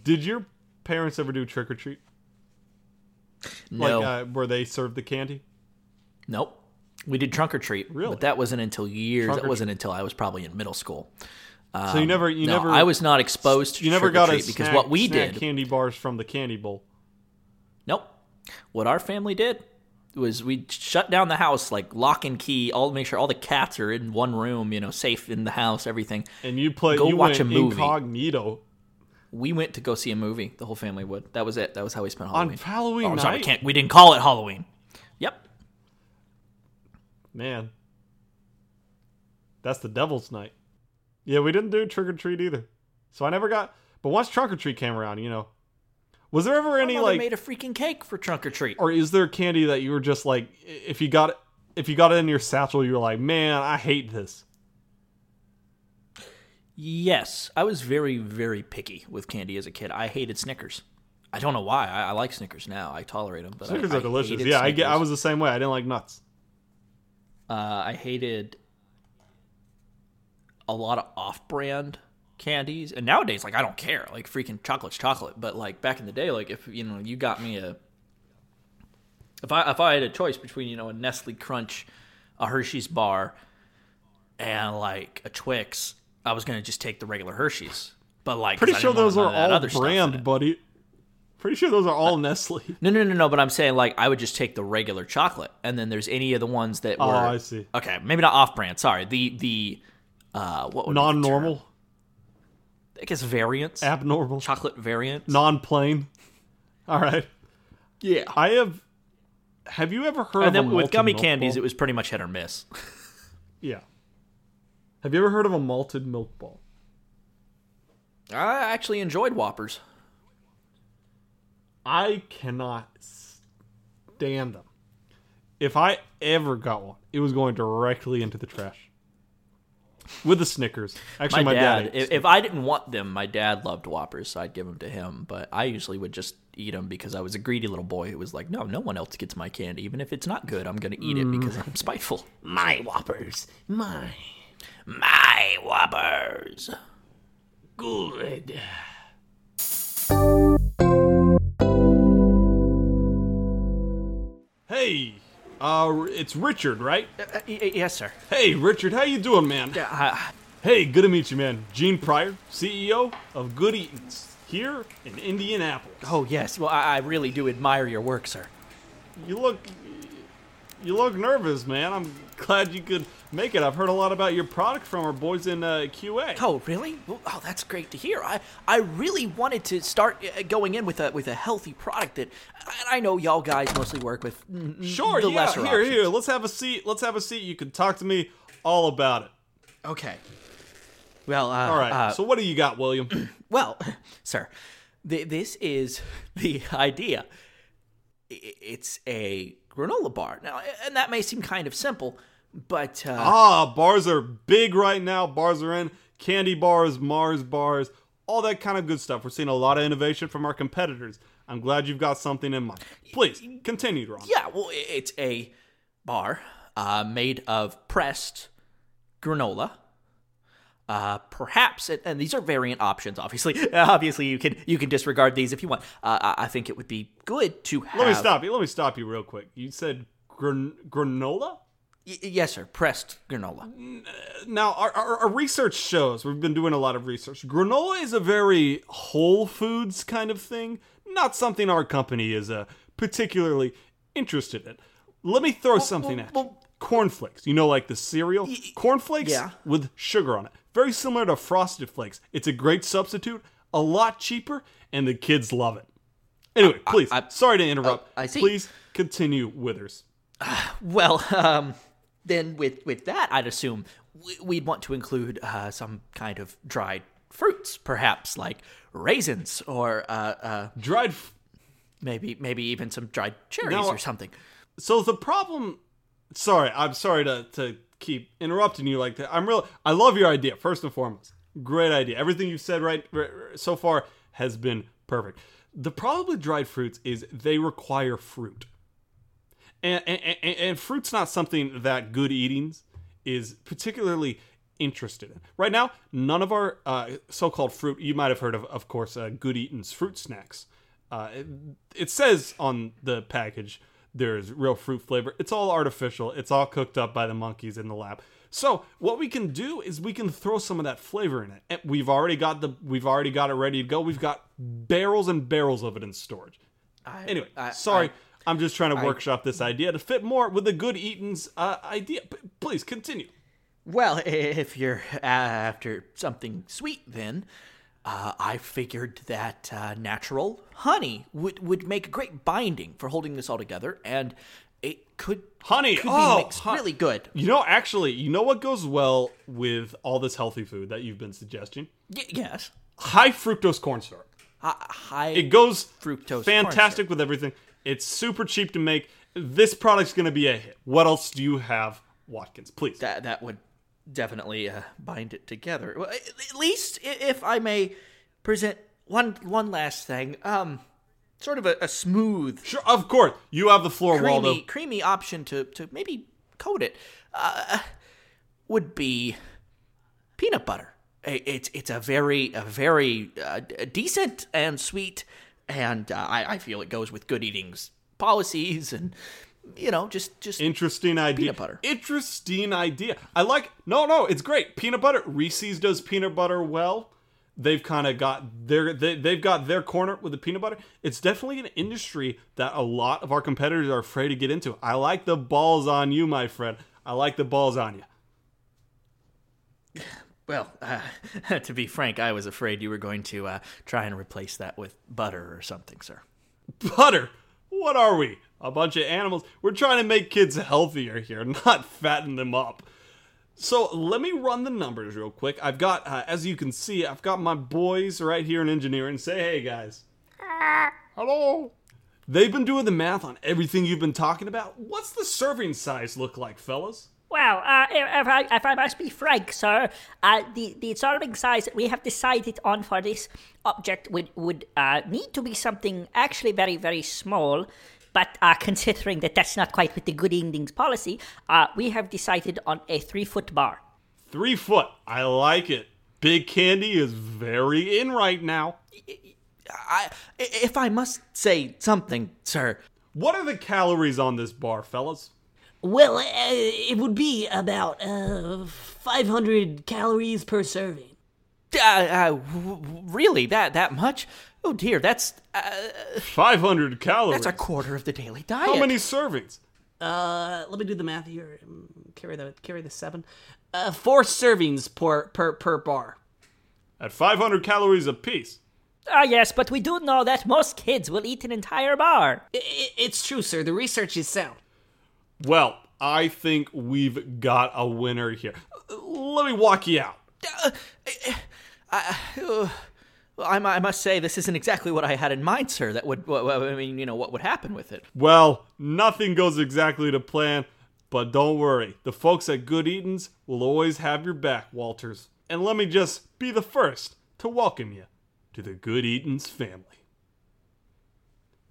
S1: Did your parents ever do trick or treat?
S2: No,
S1: Like, uh, where they served the candy?
S2: nope. We did trunk or treat,
S1: Really?
S2: but that wasn't until years.
S1: Trunk
S2: that
S1: or
S2: wasn't until I was probably in middle school.
S1: so you never, you
S2: Um, no,
S1: never,
S2: I was not exposed to
S1: you never
S2: trick or
S1: got a
S2: treat because what
S1: snack-
S2: we
S1: snack
S2: did.
S1: candy bars from the candy bowl.
S2: Nope. What our family did was we shut down the house, like lock and key, all make sure all the cats are in one room, you know, safe in the house, everything.
S1: and you play
S2: Go
S1: you went
S2: watch a movie.
S1: incognito
S2: We went to go see a movie. The whole family would. That was it. That was how we spent
S1: on
S2: Halloween.
S1: Halloween
S2: Oh, I'm
S1: night.
S2: sorry, I can't. We didn't call it Halloween. Yep.
S1: Man, that's the devil's night. Yeah, we didn't do trick or treat either, so I never got. But once trunk or treat came around, you know, was there ever
S2: My
S1: any
S2: mother
S1: like,
S2: made a freaking cake for trunk or treat.
S1: or is there candy that you were just like, i- if you got it, if you got it in your satchel, you were like, man, I hate this.
S2: Yes, I was very, very picky with candy as a kid. I hated Snickers. I don't know why. I, I like Snickers now. I tolerate them, but I-
S1: Snickers
S2: I
S1: are delicious.
S2: hated
S1: Yeah, I get. I
S2: Snickers.
S1: was the same way. I didn't like nuts.
S2: Uh, I hated a lot of off-brand candies, and nowadays, like I don't care. Like freaking chocolate's chocolate, but like back in the day, like if you know you got me a if I if I had a choice between you know a Nestle Crunch, a Hershey's bar, and like a Twix, I was gonna just take the regular Hershey's. But like, 'cause
S1: Pretty
S2: I
S1: sure
S2: didn't want
S1: those are
S2: none of that
S1: all
S2: other stuff in it.
S1: brand, buddy. Pretty sure those are all Nestle.
S2: No, no, no, no. But I'm saying like I would just take the regular chocolate, and then there's any of the ones that were.
S1: Oh, I see.
S2: Okay, maybe not off-brand. Sorry, the the uh, what would be the term?
S1: Non-normal,
S2: I guess variants,
S1: abnormal,
S2: chocolate variants.
S1: non-plain. All right.
S2: yeah.
S1: I have. Have you ever heard
S2: And
S1: of a
S2: then with
S1: malted
S2: gummy
S1: milk
S2: candies,
S1: Ball?
S2: it was pretty much hit or miss.
S1: yeah. Have you ever heard of a malted milk ball?
S2: I actually enjoyed Whoppers.
S1: I cannot stand them. If I ever got one, it was going directly into the trash. With the Snickers,
S2: My,
S1: actually, my,
S2: dad,
S1: ate
S2: if, if I didn't want them, my dad loved Whoppers, so I'd give them to him. But I usually would just eat them because I was a greedy little boy who was like, "No, no one else gets my candy, even if it's not good. I'm gonna eat it
S1: Mm.
S2: because I'm spiteful."
S5: My whoppers, my
S2: My Whoppers.
S5: good.
S1: Hey, uh, it's Richard, right?
S2: Uh, yes, sir. Uh,
S1: Hey, Richard, how you doing, man? Hey, good to meet you, man. Gene Pryor, CEO of Good Eatings, here in Indianapolis.
S2: oh yes. Well, I, I really do admire your work, sir.
S1: You look you look nervous, man. I'm glad you could make it. I've heard a lot about your product from our boys in uh, QA.
S2: Oh, really? Well, Oh, that's great to hear. I, I really wanted to start uh, going in with a with a healthy product that and I know y'all guys mostly work with. mm, mm,
S1: sure,
S2: the
S1: Oh, yeah.
S2: lesser
S1: here,
S2: options.
S1: here. Let's have a seat. Let's have a seat. You can talk to me all about it.
S2: Okay. Well, uh,
S1: All right.
S2: uh,
S1: so what do you got, William?
S2: well, sir, th- this is the idea. I- I- It's a granola bar now, and that may seem kind of simple, but uh,
S1: ah, bars are big right now. Bars are in candy bars, Mars bars, all that kind of good stuff. We're seeing a lot of innovation from our competitors. I'm glad you've got something in mind. Please continue, Ron.
S2: Yeah, well, i- it's a bar uh, made of pressed granola. Uh, perhaps, and, and these are variant options. Obviously, obviously, you can you can disregard these if you want. Uh, I I think it would be good to have.
S1: Let me stop you. Let me stop you real quick. You said gran- granola.
S2: Y- yes, sir. Pressed granola.
S1: Now, our, our, our research shows, we've been doing a lot of research. Granola is a very whole foods kind of thing, not something our company is uh, particularly interested in. Let me throw something at you. Cornflakes, you know, like the cereal? Cornflakes
S2: yeah.
S1: with sugar on it. Very similar to Frosted Flakes. It's a great substitute, a lot cheaper, and the kids love it. Anyway, please,
S2: I- oh,
S1: sorry to interrupt.
S2: I see.
S1: Please continue, Withers.
S2: Well, um, then with with that, I'd assume we- we'd want to include uh, some kind of dried fruits, perhaps like raisins or uh, uh,
S1: Dried f-
S2: maybe maybe even some dried cherries
S1: Now-
S2: or something.
S1: So the problem, sorry, I'm sorry to, to keep interrupting you like that. I'm real. I love your idea first and foremost. Great idea. Everything you've said right, right so far has been perfect. The problem with dried fruits is they require fruit, and and, and, and fruit's not something that good eatings is particularly interested in right now. None of our uh, so-called fruit you might have heard of, of course, uh, Good Eatin's fruit snacks. Uh, it, it says on the package there's real fruit flavor. It's all artificial. It's all cooked up by the monkeys in the lab. So what we can do is we can throw some of that flavor in it. And we've already got the we've already got it ready to go. We've got barrels and barrels of it in storage. anyway, sorry, I, am just trying to workshop this idea to fit more with the Good Eaton's uh, idea. P- please continue.
S2: Well, i- if you're after something sweet, then uh, I figured that uh, natural honey would, would make a great binding for holding this all together, and it could
S1: Honey,
S2: could
S1: oh,
S2: be mixed
S1: hon-
S2: really good.
S1: You know, actually, you know what goes well with all this healthy food that you've been suggesting?
S2: Y- yes,
S1: High fructose corn syrup.
S2: Hi- high.
S1: It goes
S2: Fructose
S1: fantastic with everything. It's super cheap to make. This product's going to be a hit. What else do you have, Watkins? Please.
S2: that that would definitely uh, bind it together. Well, at at least, i- if I may present one one last thing, um, sort of a, a smooth
S1: sure, of course. You have the floor, Waldo.
S2: creamy, creamy option to, to maybe coat it uh, would be peanut butter. I- It's it's a very a very uh, d- decent and sweet, and uh, I, I feel it goes with good eating's policies and you know just just
S1: Interesting idea.
S2: Peanut butter.
S1: Interesting idea. I like. No, no, it's great. Peanut butter. Reese's does peanut butter well. They've kind of got their they, they've got their corner with the peanut butter. It's definitely an industry that a lot of our competitors are afraid to get into. I like the balls on you, my friend. I like the balls on you.
S2: well. Uh, to be frank, I was afraid you were going to uh, try and replace that with butter or something, sir.
S1: butter. What are we? A bunch of animals. We're trying to make kids healthier here, not fatten them up. So let me run the numbers real quick. I've got, uh, as you can see, I've got my boys right here in engineering. Say hey, guys. Hello. They've been doing the math on everything you've been talking about. What's the serving size look like, fellas?
S6: Well, uh, if, I, if I must be frank, sir, uh, the, the serving size that we have decided on for this object would, would uh, need to be something actually very, very small. But uh, considering that that's not quite with the good endings policy, uh, we have decided on a three foot bar.
S1: Three foot. I like it. Big Candy is very in right now.
S2: I, i- if I must say something, sir,
S1: What are the calories on this bar, fellas?
S7: Well, uh, it would be about uh, 500 calories per serving.
S2: Uh, uh, w- w- really, that that much? Oh dear, that's uh,
S1: 500 calories.
S2: that's a quarter of the daily diet.
S1: How many servings?
S7: Uh, let me do the math here. Mm, Carry the carry the seven. Uh, four servings per per per bar.
S1: at 500 calories apiece.
S6: Ah, yes, but we do know that most kids will eat an entire bar.
S7: I i it's true, sir. The research is sound.
S1: Well, I think we've got a winner here. Let me walk you out.
S2: I, mu- I must say, this isn't exactly what I had in mind, sir. That would, wha- wha- I mean, you know, what would happen with it?
S1: Well, nothing goes exactly to plan, but don't worry. The folks at Good Eatin's will always have your back, Walters. And let me just be the first to welcome you to the Good Eatin's family.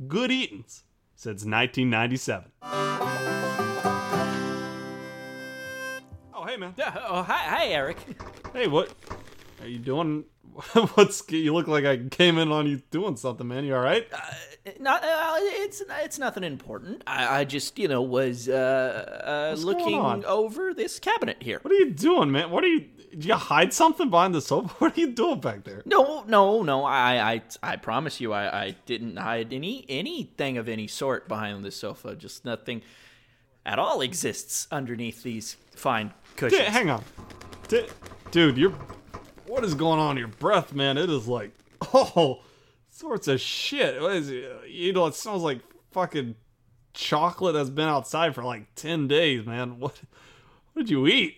S1: Good Eatin's since 1997. Oh, hey, man.
S2: Oh, hi, hi, Eric.
S1: Hey, what are you doing? What's you look like? I came in on you doing something, man. You all right?
S2: Not, uh, it's it's nothing important. I, I just you know was uh, uh,
S1: going on?
S2: looking over this cabinet here.
S1: What are you doing, man? What are you? Did you hide something behind the sofa? What are you doing back there?
S2: No, no, no. I, I, I promise you, I, I didn't hide any anything of any sort behind this sofa. Just nothing at all exists underneath these fine
S1: Di-
S2: cushions.
S1: hang on, Di- dude. You're. What is going on in your breath, man? It is like oh, sorts of shit. What is it? You know, it smells like fucking chocolate that's been outside for like ten days, man. What? What did you eat?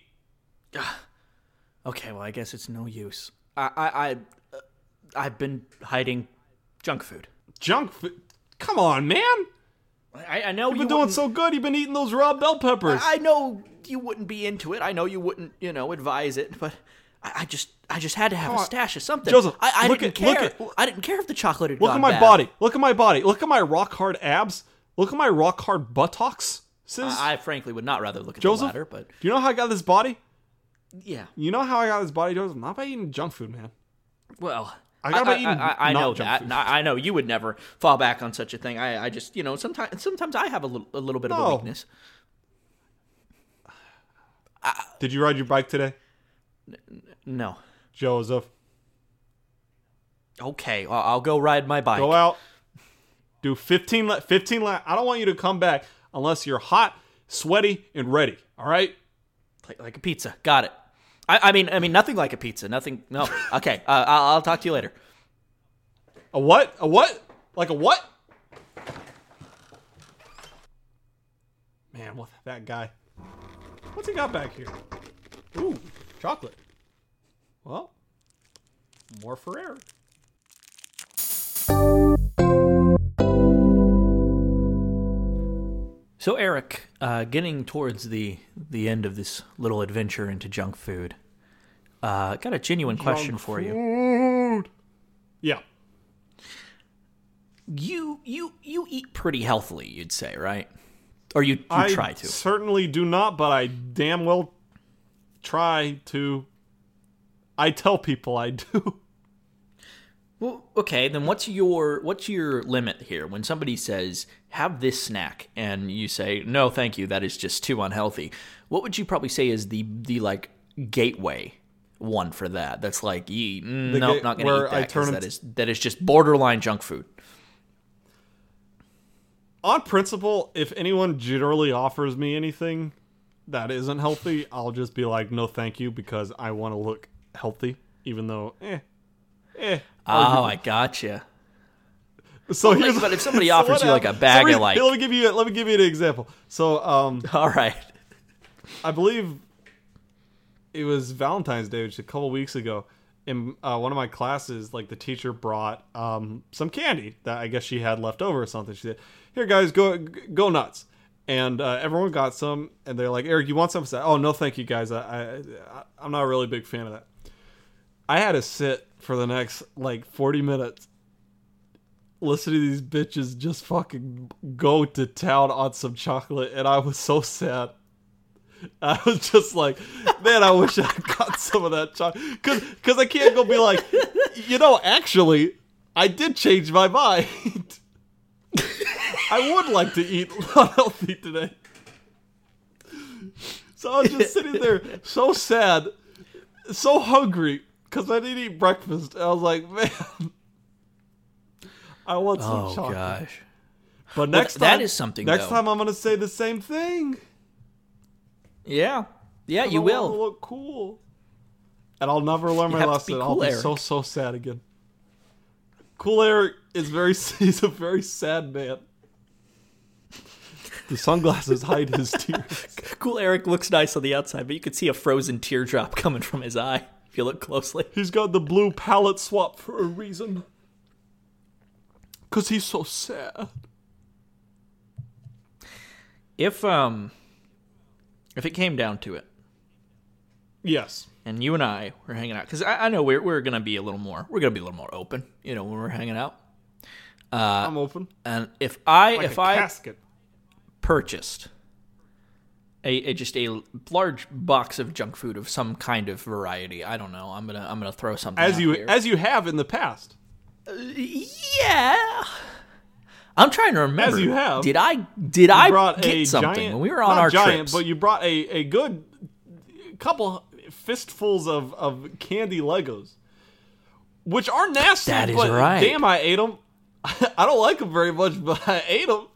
S2: Okay, well, I guess it's no use. I, I, I uh, I've been hiding junk food.
S1: Junk food. Come on, man.
S2: I, I know
S1: You've
S2: you
S1: been doing
S2: wouldn't-
S1: so good. You've been eating those raw bell peppers.
S2: I know you wouldn't be into it. I know you wouldn't, you know, advise it. But I, I just, I just had to have
S1: Come
S2: a
S1: on.
S2: stash of something.
S1: Joseph,
S2: I, I
S1: look
S2: didn't
S1: at- look
S2: care.
S1: at-
S2: I didn't care if the chocolate had
S1: Look
S2: gone
S1: at my
S2: bad.
S1: body. Look at my body. Look at my rock hard abs. Look at my rock hard buttocks. Sis.
S2: I I frankly would not rather look at
S1: Joseph,
S2: the latter, but
S1: do you know how I got this body?
S2: yeah.
S1: You know how I got this body, Joseph? Not by eating junk food, man.
S2: Well,
S1: I
S2: I,
S1: gotta
S2: I,
S1: eat
S2: I, I
S1: not
S2: know
S1: junk
S2: that.
S1: food.
S2: and I I know you would never fall back on such a thing. I, I just, you know, sometimes, sometimes I have a little, a little bit of
S1: No.
S2: a weakness.
S1: Did you ride your bike today,
S2: No.
S1: Joseph?
S2: Okay, I'll, I'll go ride my bike.
S1: Go out, do 15 la- 15 lap. I don't want you to come back unless you're hot, sweaty, and ready. All right?
S2: like, like a pizza. Got it. I, I mean, I mean, nothing like a pizza. Nothing. No. Okay. Uh, I'll, I'll talk to you later.
S1: A what? A what? Like a what? Man, what that guy? What's he got back here? Ooh, chocolate. Well, more for Eric.
S2: So Eric, uh, getting towards the the end of this little adventure into junk food, uh, got a genuine question for you.
S1: Yeah.
S2: You you you eat pretty healthily, you'd say, right? Or you, you
S1: I
S2: try to.
S1: certainly do not, but I damn well try to. I tell people I do.
S2: Well, okay, then what's your what's your limit here? When somebody says have this snack and you say no, thank you, that is just too unhealthy. What would you probably say is the the like gateway one for that? That's like, ye, mm,
S1: The
S2: no,
S1: gate-
S2: not going
S1: where
S2: to eat
S1: I
S2: that
S1: turn
S2: because that
S1: into-
S2: is that is just borderline junk food.
S1: On principle, if anyone generally offers me anything that isn't healthy, I'll just be like, no, thank you, because I want to look healthy, even though, eh, eh.
S2: Oh, I gotcha.
S1: So here's
S2: but if somebody
S1: so
S2: offers
S1: what
S2: you, like,
S1: hap-
S2: a bag
S1: so let-
S2: of, like-
S1: let me give you let me give you an example. So um,
S2: All right.
S1: I believe it was Valentine's Day, which was a couple weeks ago. In uh, one of my classes, like the teacher brought um, some candy that I guess she had left over or something. She said, "Here, guys, go g- go nuts!" And uh, everyone got some, and they're like, "Eric, you want some?" I said, "Oh no, thank you, guys. I, I I- I'm not a really big fan of that." I had to sit for the next like 40 minutes listening to these bitches just fucking go to town on some chocolate, and I was so sad. I was just like, man, I wish I got some of that chocolate. Cause, cause I can't go be like, you know, actually, I did change my mind. I would like to eat unhealthy today. So I was just sitting there, so sad, so hungry, cause I didn't eat breakfast. I was like, man, I want some
S2: Oh
S1: chocolate.
S2: gosh.
S1: But next
S2: that
S1: time,
S2: is something,
S1: Next
S2: though.
S1: time, I'm gonna say the same thing.
S2: Yeah. Yeah, you
S1: I wanna
S2: will.
S1: look cool. And I'll never learn my
S2: have to
S1: lesson.
S2: be
S1: I'll
S2: cool,
S1: be so
S2: Eric.
S1: so sad again. Cool Eric is very he's a very sad man. The sunglasses hide his tears.
S2: Cool Eric looks nice on the outside, but you could see a frozen teardrop coming from his eye if you look closely.
S1: He's got the blue palette swap for a reason. Cause he's so sad.
S2: If um if it came down to it,
S1: Yes.
S2: and you and I were hanging out, because I, I know we're we're gonna be a little more we're gonna be a little more open, you know, when we're hanging out.
S1: I'm open.
S2: And Uh, if I
S1: Like
S2: if
S1: a
S2: I
S1: casket.
S2: purchased a, a just a large box of junk food of some kind of variety. I don't know. I'm gonna I'm gonna throw something
S1: as
S2: out
S1: you
S2: here.
S1: as you have in the past.
S2: yeah. I'm trying to remember.
S1: you have.
S2: did I did
S1: You
S2: I
S1: brought
S2: get
S1: a
S2: something
S1: giant,
S2: when we were on
S1: not
S2: our
S1: giant,
S2: trips?
S1: but you brought a, a good couple fistfuls of, of candy Legos, which are nasty.
S2: That is
S1: but
S2: right.
S1: Damn, I ate them. I don't like them very much, but I ate them.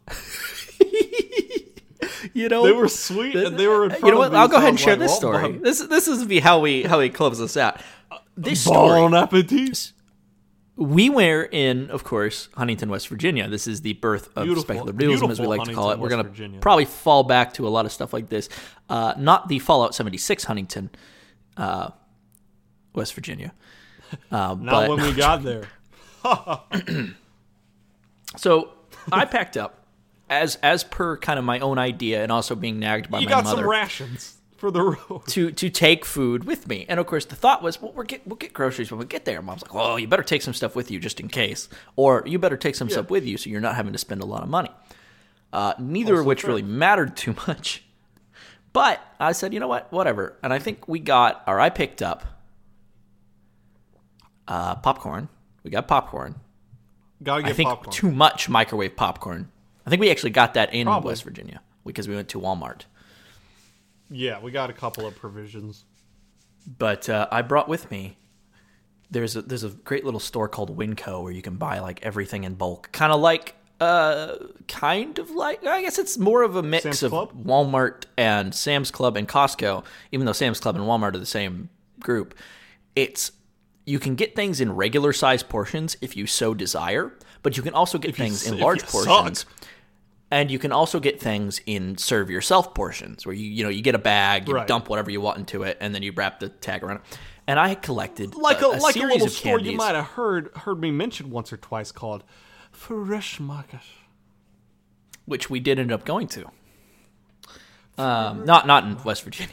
S2: you know
S1: They were sweet and they were in front
S8: You know what?
S1: of me,
S8: I'll go
S1: so
S8: ahead
S1: I
S8: and
S1: was
S8: share
S1: like,
S8: this
S1: well,
S8: story.
S1: Bon,
S8: This this is be how we how we close this out.
S2: this story.
S1: bon appetit.
S2: we were in, of course, Huntington, West Virginia. This is the birth of
S1: Beautiful-
S2: speculative realism, as we
S1: beautiful
S2: like to call it.
S1: Huntington,
S2: We're going
S1: West
S8: Virginia.
S2: to probably fall back to a lot of stuff like this. Uh, not the Fallout 76 Huntington, uh, West Virginia.
S1: Not
S2: but-
S1: when we got there.
S2: So I packed up as as per kind of my own idea, and also being nagged by
S1: You
S2: my
S1: got
S2: mother.
S1: some rations for the road.
S2: to to take food with me. And of course, the thought was, well, we're get, we'll get groceries when we get there. Mom's like, well, you better take some stuff with you just in case, or you better take some stuff with you so you're not having to spend a lot of money. Uh, neither of which really mattered too much. But I said, you know what, whatever. And I think we got, or I picked up uh, popcorn. We got popcorn.
S1: Gotta get
S2: I think
S1: popcorn.
S2: too much microwave popcorn. I think we actually got that in
S1: Probably.
S2: West Virginia because we went to Walmart.
S1: yeah, we got a couple of provisions.
S2: but uh, I brought with me. There's a there's a great little store called Winco where you can buy like everything in bulk, kind of like uh kind of like I guess it's more of a mix
S1: Sam's
S2: of
S1: Club?
S2: Walmart and Sam's Club and Costco, even though Sam's Club and Walmart are the same group. It's you can get things in regular size portions if you so desire, but you can also get
S1: you
S2: things
S1: s-
S2: in
S1: if
S2: large
S1: you suck.
S2: portions. And you can also get things in serve yourself portions where you you know you get a bag, you
S1: Right.
S2: dump whatever you want into it, and then you wrap the tag around it. And I had collected
S1: like a,
S2: a,
S1: like a
S2: series
S1: little
S2: of
S1: store you
S2: candies.
S1: might have heard heard me mention once or twice called Fresh Market.
S2: which we did end up going to. Um, not not in West Virginia.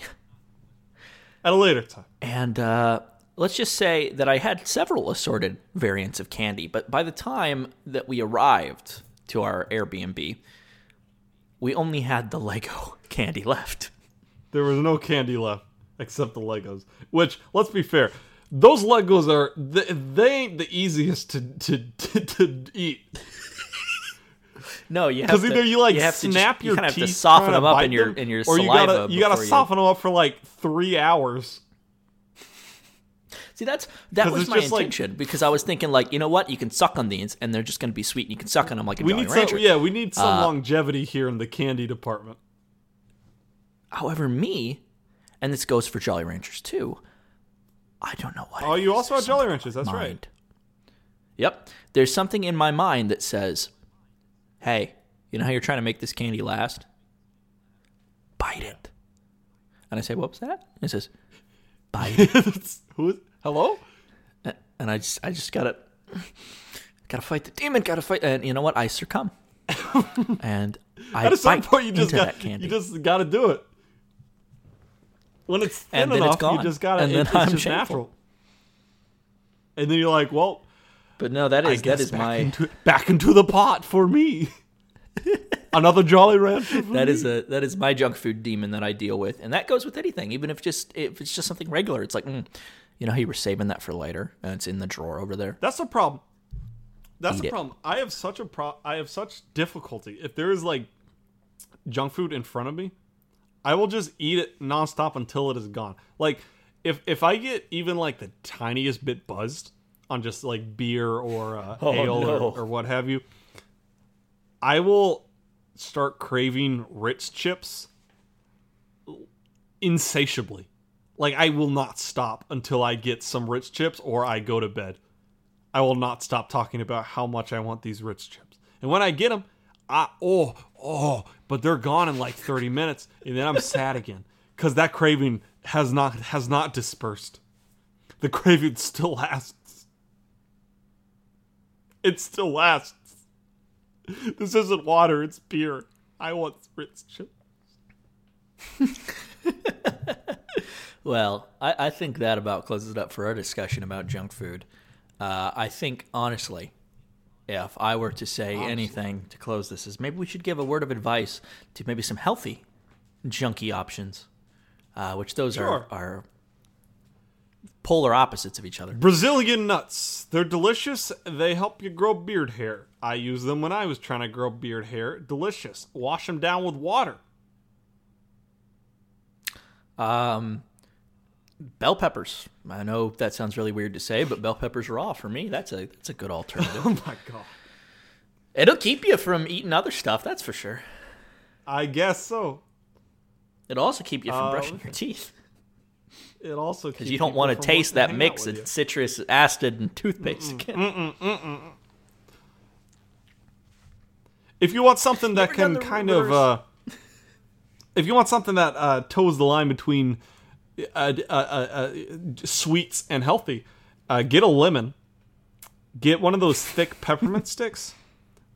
S1: At a later time.
S2: And uh, let's just say that I had several assorted variants of candy, but by the time that we arrived to our Airbnb, we only had the Lego candy left.
S1: There was no candy left except the Legos. Which, let's be fair, those Legos are they, they ain't the easiest to to to, to eat.
S2: No, you have
S1: Because
S2: to
S1: either you like
S2: have to just-
S1: snap
S2: you
S1: your
S2: kind of
S1: teeth,
S2: have to soften
S1: trying
S2: them up
S1: bite
S2: in your
S1: them,
S2: in your
S1: or you
S2: saliva.
S1: gotta you gotta
S2: before
S1: soften them up for like three hours.
S2: See, that's that
S1: 'Cause
S2: was
S1: it's
S2: my
S1: just like-
S2: intention because I was thinking like, you know what, you can suck on these and they're just going to be sweet and you can suck on them like a
S1: We
S2: Jolly
S1: need
S2: Rancher. Uh,
S1: some yeah, we need some longevity here in the candy department.
S2: However, me, and this goes for Jolly Ranchers too. I don't know what.
S1: Oh,
S2: it
S1: you
S2: is.
S1: also
S2: There's
S1: had Jolly
S2: something in
S1: Ranchers,
S2: my
S1: that's right.
S2: mind. Yep. There's something in my mind that says, "Hey, you know how you're trying to make this candy last? Bite it." And I say, "What was that?" And it says, "Bite it."
S1: Who is hello?
S2: and I just I just gotta gotta fight the demon, gotta fight, and you know what? I succumb, and I
S1: At a certain
S2: bite
S1: point you just
S2: into
S1: got
S2: that candy,
S1: you just gotta do it. When it's thin
S2: And then it's
S1: enough,
S2: gone.
S1: you just gotta
S2: And
S1: it-
S2: then
S1: it's
S2: I'm
S1: just
S2: shameful.
S1: natural. And then you're like, well,
S2: But no, that
S1: I
S2: is that
S1: guess
S2: is
S1: back
S2: my
S1: into, back into the pot for me. Another Jolly Rancher. for
S2: that
S1: me.
S2: is a that is my junk food demon that I deal with, and that goes with anything, even if just if it's just something regular. It's like, mm, you know, how you were saving that for later, and it's in the drawer over there.
S1: That's the problem. That's
S2: Eat
S1: the
S2: it.
S1: problem. I have such a pro. I have such difficulty. If there is like junk food in front of me, I will just eat it nonstop until it is gone. Like if if I get even like the tiniest bit buzzed on just like beer or uh, ale
S2: no.
S1: or, or what have you, I will start craving Ritz chips insatiably. Like I will not stop until I get some Ritz chips or I go to bed. I will not stop talking about how much I want these Ritz chips. And when I get them, I oh oh, but they're gone in like 30 minutes, and then I'm sad again because that craving has not has not dispersed. The craving still lasts. It still lasts. This isn't water; it's beer. I want Ritz chips.
S2: Well, I, I think that about closes it up for our discussion about junk food. Uh, I think, honestly, if I were to say anything to close this, is maybe we should give a word of advice to maybe some healthy junky options, uh, which those
S1: Sure.
S2: are are polar opposites of each other.
S1: Brazilian nuts. They're delicious. They help you grow beard hair. I used them when I was trying to grow beard hair. Delicious. Wash them down with water.
S2: Um, bell peppers. I know that sounds really weird to say, but bell peppers raw for me. That's a that's a good alternative.
S1: Oh My God.
S2: It'll keep you from eating other stuff. That's for sure.
S1: I guess so.
S2: It'll also keep you from brushing your teeth
S1: It also
S2: because you don't want to taste that mix of citrus, acid, and toothpaste again.
S1: If you want something that
S2: done
S1: can
S2: the
S1: kind of, uh, if you want something that uh, toes the line between uh, uh, uh, uh, sweets and healthy, uh, get a lemon. Get one of those thick peppermint sticks.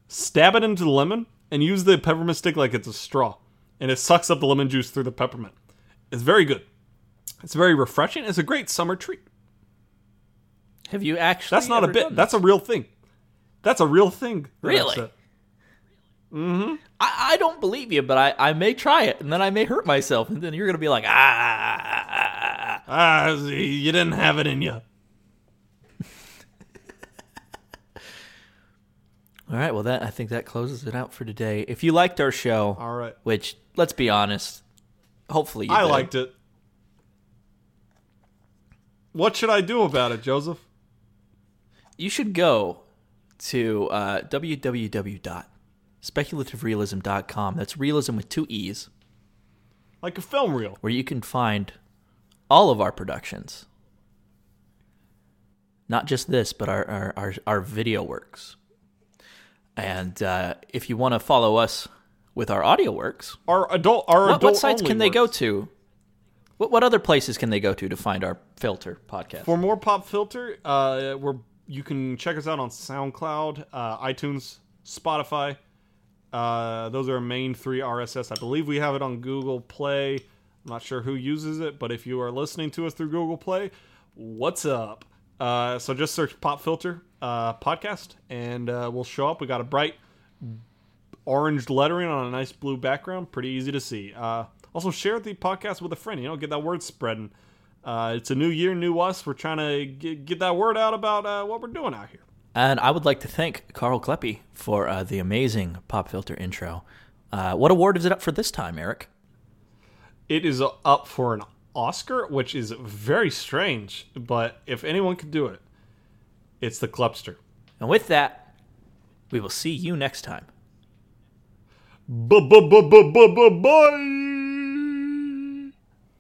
S1: Stab it into the lemon and use the peppermint stick like it's a straw, and it sucks up the lemon juice through the peppermint. It's very good. It's very refreshing. It's a great summer treat.
S2: Have you actually?
S1: That's not a
S2: ever
S1: bit.
S2: done
S1: That's a real thing. That's a real thing. that I've
S2: Really?
S1: said.
S2: I, I don't believe you, but I, I may try it, and then I may hurt myself, and then you're gonna be like, ah.
S1: Ah, you didn't have it in you.
S2: All right, well that I think that closes it out for today. If you liked our show,
S1: All right.
S2: which let's be honest, hopefully you
S1: I
S2: did.
S1: liked it. What should I do about it, Joseph?
S2: You should go to uh, www.speculativerealism.com. That's realism with two e's,
S1: Like a film reel.
S2: where you can find all of our productions, not just this, but our our our, our video works. And uh, if you want to follow us with our audio works,
S1: Our adult, our
S2: what,
S1: adult.
S2: what sites
S1: only
S2: can they go
S1: works.
S2: to? What, what other places can they go to to find our filter podcast?
S1: For more pop filter, uh, we're you can check us out on SoundCloud, uh, iTunes, Spotify. Uh, those are our main three RSS. I believe we have it on Google Play. I'm not sure who uses it, but if you are listening to us through Google Play, what's up? Uh, so just search Pop Filter uh, podcast, and uh, we'll show up. We got a bright orange lettering on a nice blue background. Pretty easy to see. Uh, also, share the podcast with a friend. You know, get that word spreading. Uh, it's a new year, new us. We're trying to get, get that word out about uh, what we're doing out here.
S2: And I would like to thank Carl Kleppe for uh, the amazing pop filter intro. Uh, what award is it up for this time, Eric?
S1: It is up for an Oscar, which is very strange, but if anyone could do it, it's the Klepster.
S2: And with that, we will see you next time.
S1: Bu- bu- bu- bu- bu- bu- Bye!